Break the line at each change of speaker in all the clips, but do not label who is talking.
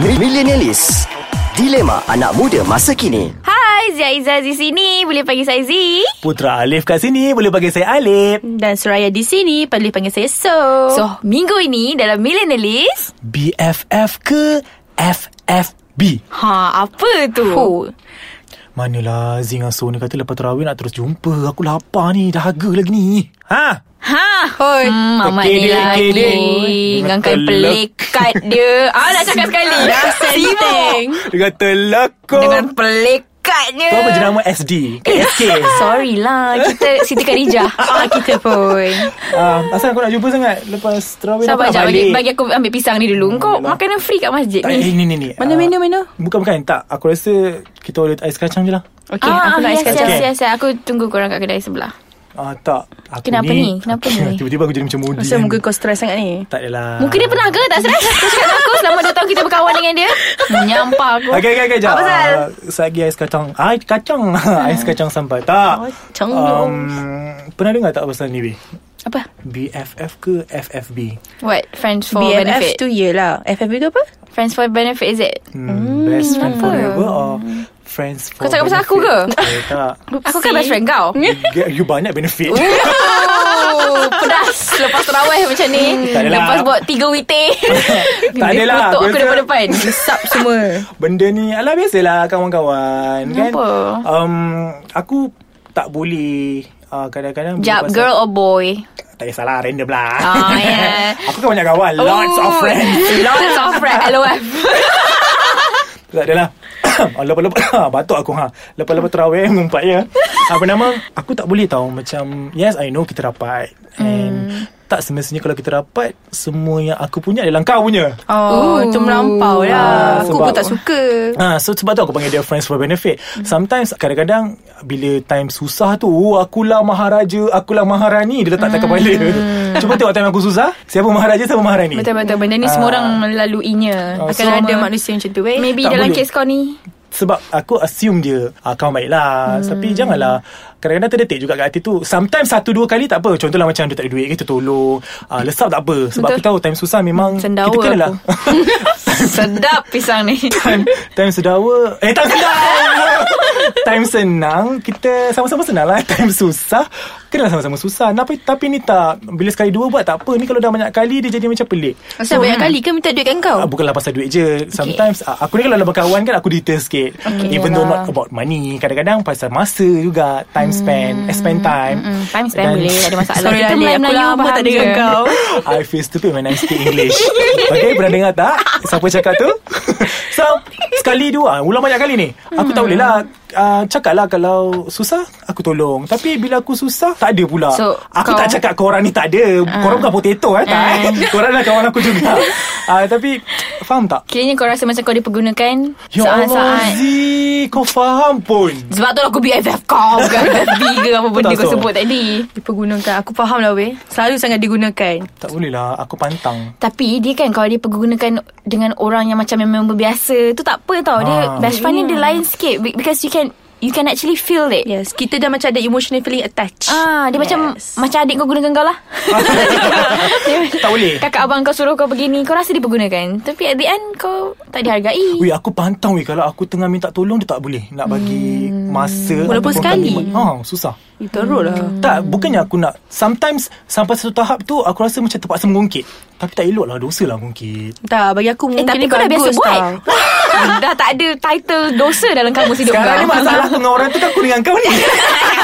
Millenialis Dilema anak muda masa kini
Hai, Zia Izzah di sini. Boleh panggil saya Z.
Putra Alif kat sini Boleh panggil saya Alif
Dan Suraya di sini Boleh panggil saya So
So, minggu ini dalam Millennialist...
BFF ke FFB
Ha, apa tu?
Fuh.
Manalah Z dengan So ni kata lepas terawih nak terus jumpa Aku lapar ni Dahaga lagi ni Ha
Ha,
Hoi
hmm, mamat
Okey
ni
dia,
lagi.
okey dia.
Ngangkai
Telak.
pelikat dia. Ah, nak cakap sekali.
Dah
Sibuk.
senting
Dia kata lako
Dengan pelikat dia.
Kau apa jenama SD Ke SK
Sorry lah Kita Siti Khadijah
Ah, kita pun
Ah, Asal kau nak jumpa sangat Lepas terawih
Sabar
nak
sekejap bagi,
balik
bagi aku ambil pisang ni dulu Kau makanan free kat masjid
tak, eh,
ni
ni ni ni Ah,
Mana menu menu
Bukan bukan tak Aku rasa kita order ais kacang je lah
Okay
Ah,
aku nak
yes, yes,
yes,
kacang.
yes, yes, Aku tunggu korang kat kedai sebelah
Ah, tak aku
Kenapa ni?
ni,
Kenapa ni?
Tiba-tiba aku jadi macam mudi kan.
Rasa muka kau stres sangat ni
Tak adalah
Muka dia pernah ke tak stress? Kau cakap dengan aku selama 2 tahun kita berkawan dengan dia Menyampah aku
Okey, okey, okey, jap.
Apa pasal? Ah.
Uh, Selagi ais kacang. Ah, Ais kacang. ais kacang sampai.
Oh,
Tak.
Kacang.
Um, pernah dengar tak pasal ni, Bih?
Apa
BFF ke FFB?
What? Friends for benefit
BFF tu yelah FFB tu apa
Friends for benefit is it?
Hmm, best friend
kenapa?
forever or friends for
Kau cakap pasal
benefit?
aku ke?
Eh, tak.
Aku kan best friend kau
Ge- you banyak benefit.
Oh, pedas Lepas terawih macam ni
tak adalah.
Lepas buat tiga weekday
Tak
Dia kutuk
adalah, aku
aku
rasa-
depan-depan
Resap semua
Benda ni Alah biasalah Kawan-kawan kan?
Kenapa?
um, Aku Tak boleh uh, Kadang-kadang
Jap,
berbual pasal-
girl or boy?
Tak kisahlah Random lah
Ah, yeah. Oh.
Aku kan banyak kawan Lots of
Ooh,
friends
Lots of friends LOF
Tak adalah Oh, Lepas-lepas Batuk aku ha. Lepas-lepas terawih Ngumpat ya Apa nama Aku tak boleh tahu Macam Yes I know kita rapat And
Hmm.
Tak semestinya kalau kita rapat Semua yang aku punya adalah kau punya
Ooh.
Oh tu melampau
Ah,
lah Aku
sebab-
pun tak suka
Ha, so sebab tu aku panggil dia friends for benefit
Hmm.
Sometimes kadang-kadang Bila time susah tu oh, Akulah maharaja Akulah maharani Dia letak tak kepala
Hmm.
Cuba tengok time aku susah Siapa maharaja siapa maharani
Betul-betul Benda ni semua orang melaluinya
Ah,
Akan
Kalau
ada
ada
manusia
manusia macam tu eh
Maybe
Tak
dalam
boleh.
kes kau ni
Sebab aku assume dia ah, Kawan baiklah hmm. Tapi janganlah Kadang-kadang terdetik juga kat hati tu Sometimes satu dua kali tak apa Contohlah macam dia tak ada duit Kita tolong ah, Lesap tak apa Sebab
Betul.
aku tahu time susah memang
Sendawa
Kita kenalah
Sedap pisang ni
time, time sedawa Eh time senang Time senang Kita sama-sama senang lah Time susah Kenalah sama-sama susah Tapi, tapi ni tak Bila sekali dua buat tak apa Ni kalau dah banyak kali Dia jadi macam pelik
Asal banyak kali ke minta duit kat
Oh.
kau
Ah, Bukanlah pasal duit je Sometimes okay. Aku ni kalau dah berkawan kan Aku detail sikit okay, Even though
yalah.
not about money Kadang-kadang pasal masa juga Time spent eh, Spend time
Mm, Time spend
Dan-
boleh Tak ada masalah
Sorry
Kita
Ali Aku
Melayu-Melayu
lama
faham
tak dengar
je.
kau
I feel stupid when I speak English Okay pernah dengar tak Siapa cakap tu So Sekali dua ah, Ulang banyak kali ni Aku
Hmm.
tak boleh lah uh, Cakap lah kalau Susah Aku tolong Tapi bila aku susah Tak ada pula
So, kau-
Aku
Ah.
tak cakap korang ni tak ada Korang bukan potato eh Tak eh Korang lah kawan aku juga uh, Tapi Faham tak
Kiranya kau rasa macam kau dipergunakan
Ya Allah Z
Saat-saat
Kau faham pun
Sebab tu lah aku BFF kau Bukan BFB ke apa benda
tak
kau
so?
sebut tadi
Dipergunakan Aku faham lah weh Selalu sangat digunakan
Tak boleh lah Aku pantang
Tapi dia kan kalau dia pergunakan dengan orang yang macam memang biasa tu tak apa tau. Dia
Ah.
best friend ni dia lain sikit be- because you can you can actually feel it.
Yes Kita dah macam ada emotional feeling attached
Ah, dia macam macam adik kau gunakan kau lah.
Tak boleh
Kakak abang kau suruh kau begini, kau rasa dia pergunakan. Tapi at the end kau tak dihargai.
Weh aku pantang weh Kalau aku tengah minta tolong Dia tak boleh Nak bagi masa
Hmm.
ataupun
Walaupun sekali.
komitmen. ha, Susah
Hmm.
Eh, Teruk lah
Tak bukannya aku nak Sometimes Sampai satu tahap tu Aku rasa macam terpaksa mengungkit Tapi tak elok lah Dosa lah mengungkit
Tak bagi aku
Eh,
mungkin
tapi
ni
kau dah biasa
bagus
buat.
tau.
dah tak ada title dosa dalam kamu hidup kau.
Sekarang ni masalah aku dengan orang tu Kan aku dengan kau ni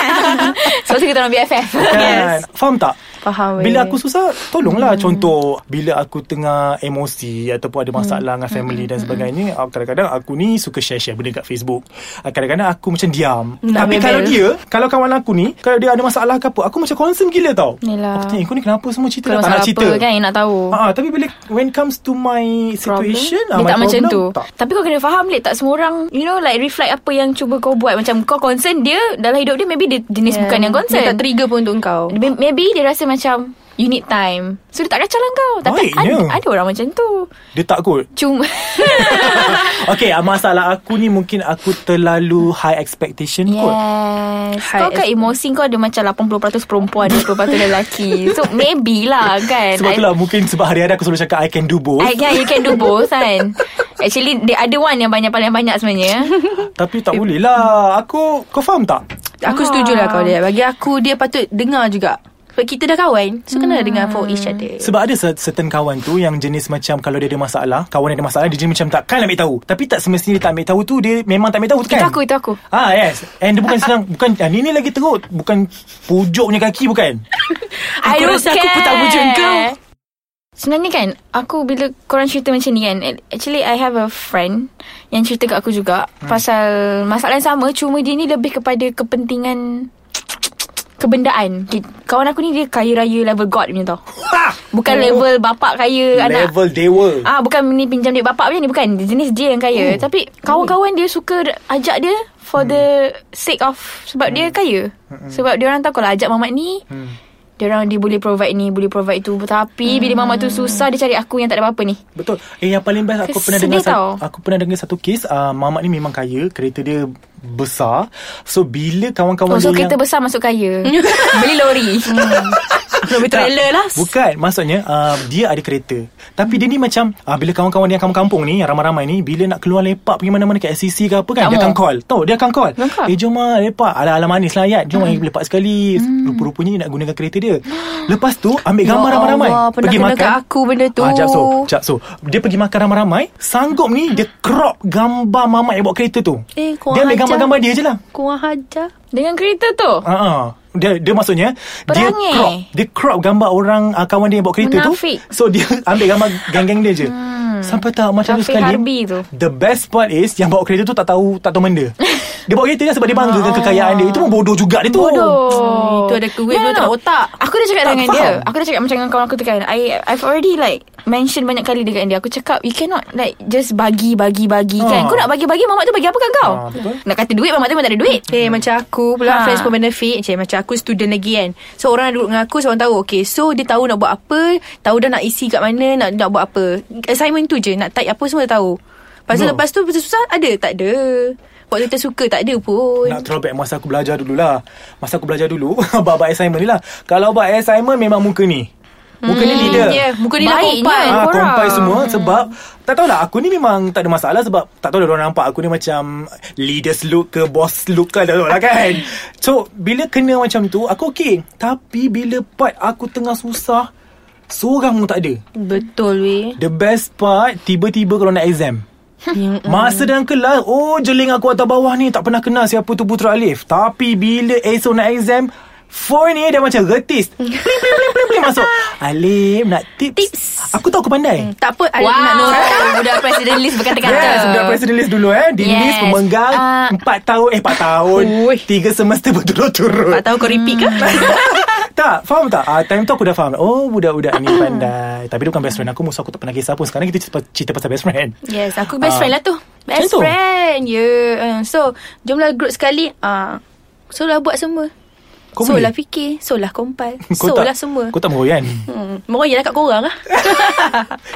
Sebab tu kita orang BFF.
kan? Faham tak?
Faham weh.
Bila aku susah Tolonglah hmm. contoh Bila aku tengah emosi Ataupun ada masalah hmm. Dengan family dan sebagainya ah, Kadang-kadang aku ni Suka share-share benda kat Facebook Ah, Kadang-kadang aku macam diam
Nak
Tapi
rebel.
kalau dia Kalau kawan aku ni Kalau dia ada masalah ke apa Aku macam concern gila tau
Yelah.
Aku tanya kau ni kenapa semua cerita
Kalau
Tak nak
masalah
cerita
apa kan yang nak tahu.
Ah, tapi bila when comes to my situation, ah,
Dia
my
tak macam
problem,
tu
tak.
Tapi kau kena faham Lek Tak semua orang You know like Reflect apa yang cuba kau buat Macam kau concern dia Dalam hidup dia Maybe dia jenis yeah. bukan yang concern
Dia tak trigger pun untuk kau
Maybe dia rasa macam You need time So dia tak kacau lah kau Tapi ada,
Baiknya.
ada orang macam tu
Dia tak kot
Cuma
Okay ah, masalah aku ni Mungkin aku terlalu High expectation kot
Yes
High
Kau kan
expect-
emosi kau ada macam 80% perempuan 20% lelaki So maybe lah kan
Sebab
I-
itulah mungkin Sebab hari-hari aku selalu cakap I can do both
I, yeah, you can do both kan Actually the other one yang banyak paling banyak sebenarnya
Kan?
Tapi tak boleh lah Aku Kau faham tak?
Ah.
Aku setuju lah kau dia Bagi aku Dia patut dengar juga Sebab kita dah kawan So
Hmm.
kena dengar for each other
Sebab ada cer- certain kawan tu Yang jenis macam Kalau dia ada masalah Kawan ada masalah Dia jenis macam takkan ambil tahu Tapi tak semestinya dia tak ambil tahu tu Dia memang tak ambil tahu tu kan
Itu aku, itu aku
Ah yes And dia bukan senang Bukan ah, Ni ni lagi teruk Bukan Pujuk punya kaki bukan
Aku rasa aku pun tak wujud kau.
Sebenarnya kan Aku bila korang cerita macam ni kan Actually I have a friend Yang cerita kat aku juga hmm. Pasal masalah yang sama Cuma dia ni lebih kepada kepentingan Kebendaan Dia- Kawan aku ni dia kaya raya level god punya tau
ha!
Bukan oh. level bapak kaya anak
Level dewa
Ah bukan ni pinjam duit bapak macam ni bukan jenis dia yang kaya oh. tapi kawan-kawan dia suka r- ajak dia for hmm. the sake of sebab hmm. dia kaya hmm. sebab dia orang tahu kalau ajak mamat ni hmm. dia orang dia boleh provide ni boleh provide tu tapi hmm. bila mamat tu susah dia cari aku yang tak ada apa-apa ni
Betul. Eh yang paling best aku
Kes-
pernah
sedih
dengar satu,
tau.
aku pernah dengar satu kes uh, mamak ni memang kaya, kereta dia besar. So bila
oh,
kawan-kawan
so
dia
kereta
yang
besar masuk kaya beli lori
Lebih trailer lah
Bukan Maksudnya uh, Dia ada kereta Tapi dia ni macam uh, Bila kawan-kawan yang kampung-kampung ni Yang ramai-ramai ni Bila nak keluar lepak Pergi mana-mana kat SCC ke apa kan
Tak
Dia
mau.
akan call Tahu dia akan call
Akan call.
Eh jom lah lepak Alah-alah manis lah Yat Jom hmm. lepak sekali hmm. Rupa-rupanya dia nak gunakan kereta dia Lepas tu Ambil
Ya
gambar ramai-ramai
Allah, pernah
Pergi
kena
makan
kat aku benda tu.
ah, Jap so, jap, so Dia pergi makan ramai-ramai Sanggup ni Dia crop gambar mamat yang bawa kereta tu
Eh, kau
Dia ambil
ajar.
gambar-gambar dia je lah
Kuah hajar
dengan kereta tu
Ah, uh dia dia maksudnya dia
Perangai.
crop dia crop gambar orang uh, kawan dia yang bawa kereta
Munafik.
tu. So dia ambil gambar geng-geng dia je. Hmm. Sampai tak macam tu
Rafiq
sekali.
Harbi tu.
The best part is yang bawa kereta tu tak tahu tak tahu benda. dia bawa kereta dia sebab dia bangga dengan kekayaan dia. Itu pun bodoh juga dia tu.
Bodoh
Itu ada duit tu tak ada otak.
Aku dah cakap
Tak
dengan
faham.
dia Aku dah cakap macam dengan kawan aku tu kan I, I've already like Mention banyak kali dekat dia Aku cakap You cannot like Just bagi bagi bagi
Ah.
kan
Hmm.
Kau nak bagi-bagi Mamat tu bagi apa kat kau
Ah, betul.
Nak kata duit Mamat tu memang tak ada duit
Hmm.
Eh macam aku pula
Ha.
ha. Friends for benefit Macam, macam aku student lagi kan So orang duduk dengan aku So orang tahu Okay so dia tahu nak buat apa Tahu dah nak isi kat mana Nak nak buat apa Assignment tu je Nak type apa semua dia tahu Lepas tu
No.
no. lepas tu Lepas tu susah ada Tak ada Waktu kita suka tak ada pun
Nak throwback masa aku belajar dululah. Masa aku belajar dulu bab-bab assignment ni lah. Kalau bab assignment memang muka ni. Muka
Hmm,
ni leader.
Ya muka ni lah
Baiknya.
kompak
Ah,
korang.
kompai semua sebab tak tahulah aku ni memang tak ada masalah sebab tak tahu orang nampak aku ni macam leaders look ke boss look ke tak tahu lah kan. So bila kena macam tu aku okey tapi bila part aku tengah susah seorang pun tak ada.
Betul weh
The best part tiba-tiba kalau nak exam.
Yang-
Masa dalam kelas Oh jeling aku atas bawah ni Tak pernah kenal siapa tu Putera Alif Tapi bila esok nak exam Phone ni dah macam retis Pling pling pling pling, pling masuk Alif nak tips
Tips.
Aku tahu aku pandai
Tak apa ada nak norak
Budak presiden list berkata-kata
Yes, budak presiden list dulu eh. Di yes.
Yes.
list pemenggang
Ah.
empat 4 tahun eh 4 tahun.
Ui.
3 semester berturut-turut.
Tak tahu kau repeat ke
tak, faham tak? Ah, time tu aku dah faham. Oh, budak-budak ni pandai. Tapi dia bukan best friend aku, musuh aku tak pernah kisah pun. Sekarang kita cerita, cerita pasal best friend.
Yes, aku
Ah.
best uh, friend lah tu. Best
tu?
friend. Ya. Yeah. Uh, so, jomlah group sekali. Ah. Uh, so lah buat semua.
Kau
so
boleh?
lah fikir, so lah compile, so
tak,
lah semua.
Kau tak meroyan.
Hmm, meroyan lah kat korang lah.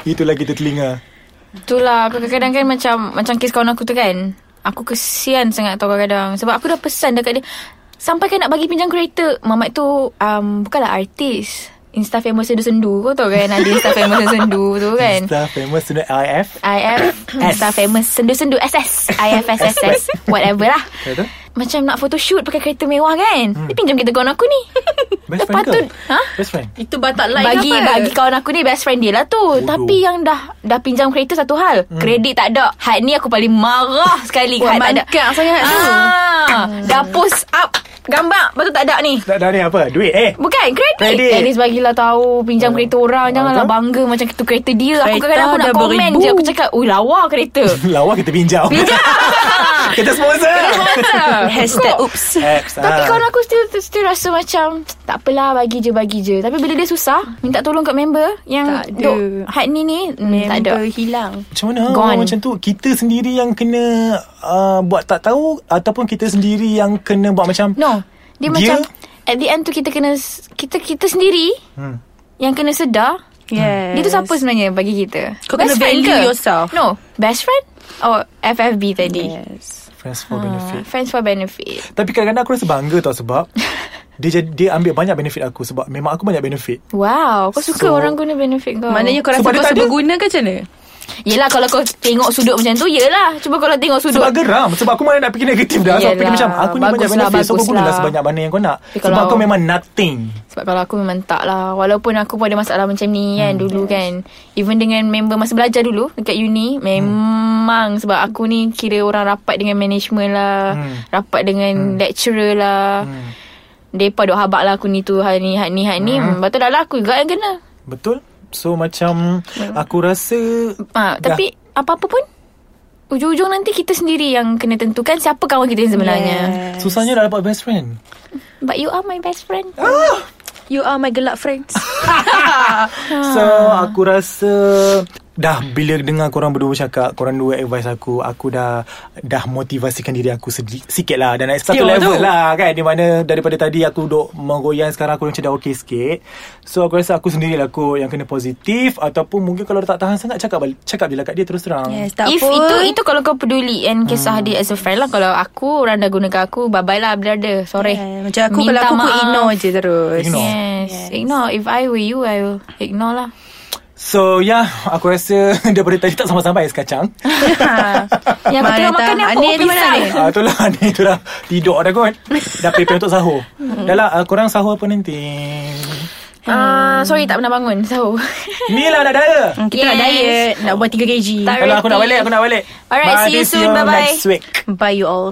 Itulah kita telinga.
Itulah kadang-kadang kan macam macam kes kawan aku tu kan. Aku kesian sangat tau kadang-kadang sebab aku dah pesan dekat dia sampai kan nak bagi pinjam kereta. Mamat tu um, bukanlah artis. Insta famous sendu-sendu Kau tahu kan Ada Insta famous sendu tu kan
Star famous student IF.
IF Insta famous Sendu-sendu SS IFSSS Whatever lah
Betul? Hmm.
Macam nak photoshoot Pakai kereta mewah kan Dia pinjam kereta kawan aku ni
Best
Lepas
friend ke?
tu Ha?
Best friend.
Itu batak lain
Bagi bagi kawan aku ni Best friend dia lah tu
Bodoh. Hmm.
Tapi yang dah Dah pinjam kereta satu hal Kredit tak ada Had ni aku paling marah Sekali kad
Wah,
tak ada
mangkak sangat tu.
ah, Dah post up Gambar Lepas tu tak ada ni
Tak ada ni apa? Duit eh.
Bukan kredit
Kredit. Oh.
At least bagilah tahu Pinjam kereta orang Janganlah
Betul.
bangga Macam itu kereta dia Aku
Kereta
kadang-kadang aku nak
dah
komen
beribu.
je Aku cakap Ui lawa kereta
Lawa kita pinjam. kita sponsor.
Ah.
Hashtag oops.
Apps,
Tapi
ah.
kawan aku still, still rasa macam Tak apalah bagi je bagi je Tapi bila dia susah Minta tolong kat member Yang
Tak ada.
duk Had ni ni hmm, Tak ada
Member hilang.
Macam mana
Gone.
orang macam tu Kita sendiri yang kena uh, Buat tak tahu Ataupun kita sendiri yang kena buat macam
No Dia,
Dia-
macam At the end tu kita kena s- Kita kita sendiri
hmm.
yang kena sedar
Yes.
Dia tu siapa sebenarnya bagi kita?
Kau kena value yourself.
No, best friend Oh, or FFB tadi. Ah,
Yes.
Ha.
Friends for benefit.
Friends for benefit.
Tapi kadang-kadang aku rasa bangga tau sebab dia jadi, dia ambil banyak benefit aku sebab memang aku banyak benefit.
Wow, kau suka
So-
orang guna benefit kau.
Maknanya kau rasa
Sebab dia
kau
tak ada.
sebeguna ke macam mana?
Yelah kalau kau tengok sudut macam tu, yelah. Cuba kalau tengok sudut.
Sebab geram Sebab aku mana nak fikir negatif dah Sebab aku fikir
Yelah,
macam Aku ni banyak
bagus lah,
benefit So kau
bagus
gunalah
lah.
sebanyak mana yang kau nak
Tapi
Sebab
kalau-
kau memang nothing
Sebab kalau aku memang tak lah Walaupun aku pun ada masalah macam ni
Hmm,
kan Dulu kan Even dengan member Masa belajar dulu Dekat
Hmm.
uni Memang Sebab aku ni Kira orang rapat dengan management lah
Hmm.
Rapat dengan lecturer lah
Hmm.
Depa duk habak lah aku ni tu Hal ni, hal ni, hal ni
Hmm.
Lepas tu dah lah aku juga yang kena
Betul? So macam Aku rasa Ya.
ha, Tapi apa-apa pun Ujung-ujung nanti kita sendiri yang kena tentukan Siapa kawan kita yang sebenarnya
dah, Susahnya nak dapat best friend
But you are my best friend
You are my gelap friends.
So
Ah.
aku rasa Dah bila dengar korang berdua cakap Korang dua advice aku Aku dah Dah motivasikan diri aku sedi- sikit lah Dan naik satu
Yo,
level
tu.
lah kan Di mana daripada tadi aku duk menggoyang Sekarang aku macam dah okay sikit So aku rasa aku sendiri lah aku Yang kena positif Ataupun mungkin kalau tak tahan sangat Cakap balik- cakap je lah kat dia terus terang
Yes, tak
If
apa. Hmm.
itu itu kalau kau peduli and kisah dia as a friend lah kalau aku orang dah gunakan aku bye bye lah brother sorry
Yeah, Eh, macam aku Minta kalau aku pun ignore je terus.
Ignore.
yes. yes ignore if I were you I will ignore lah
So yeah Aku rasa Daripada tadi tak sampai-sampai es kacang
yang aku
Mana
tengok
tahu,
makan ni aku
Ani
kopi mana
risau.
ni
Ah, itulah ni itulah tidur dah kot. Dah prepare untuk sahur.
Hmm.
Dah lah uh, korang sahur apa nanti?
ah sorry tak pernah bangun so
Ni lah dah ada.
Kita nak
Yes.
diet, nak buat 3 kg.
Tak-
Kalau aku nak balik, aku nak balik.
Alright, see you soon. Bye-bye.
next week.
Bye you all.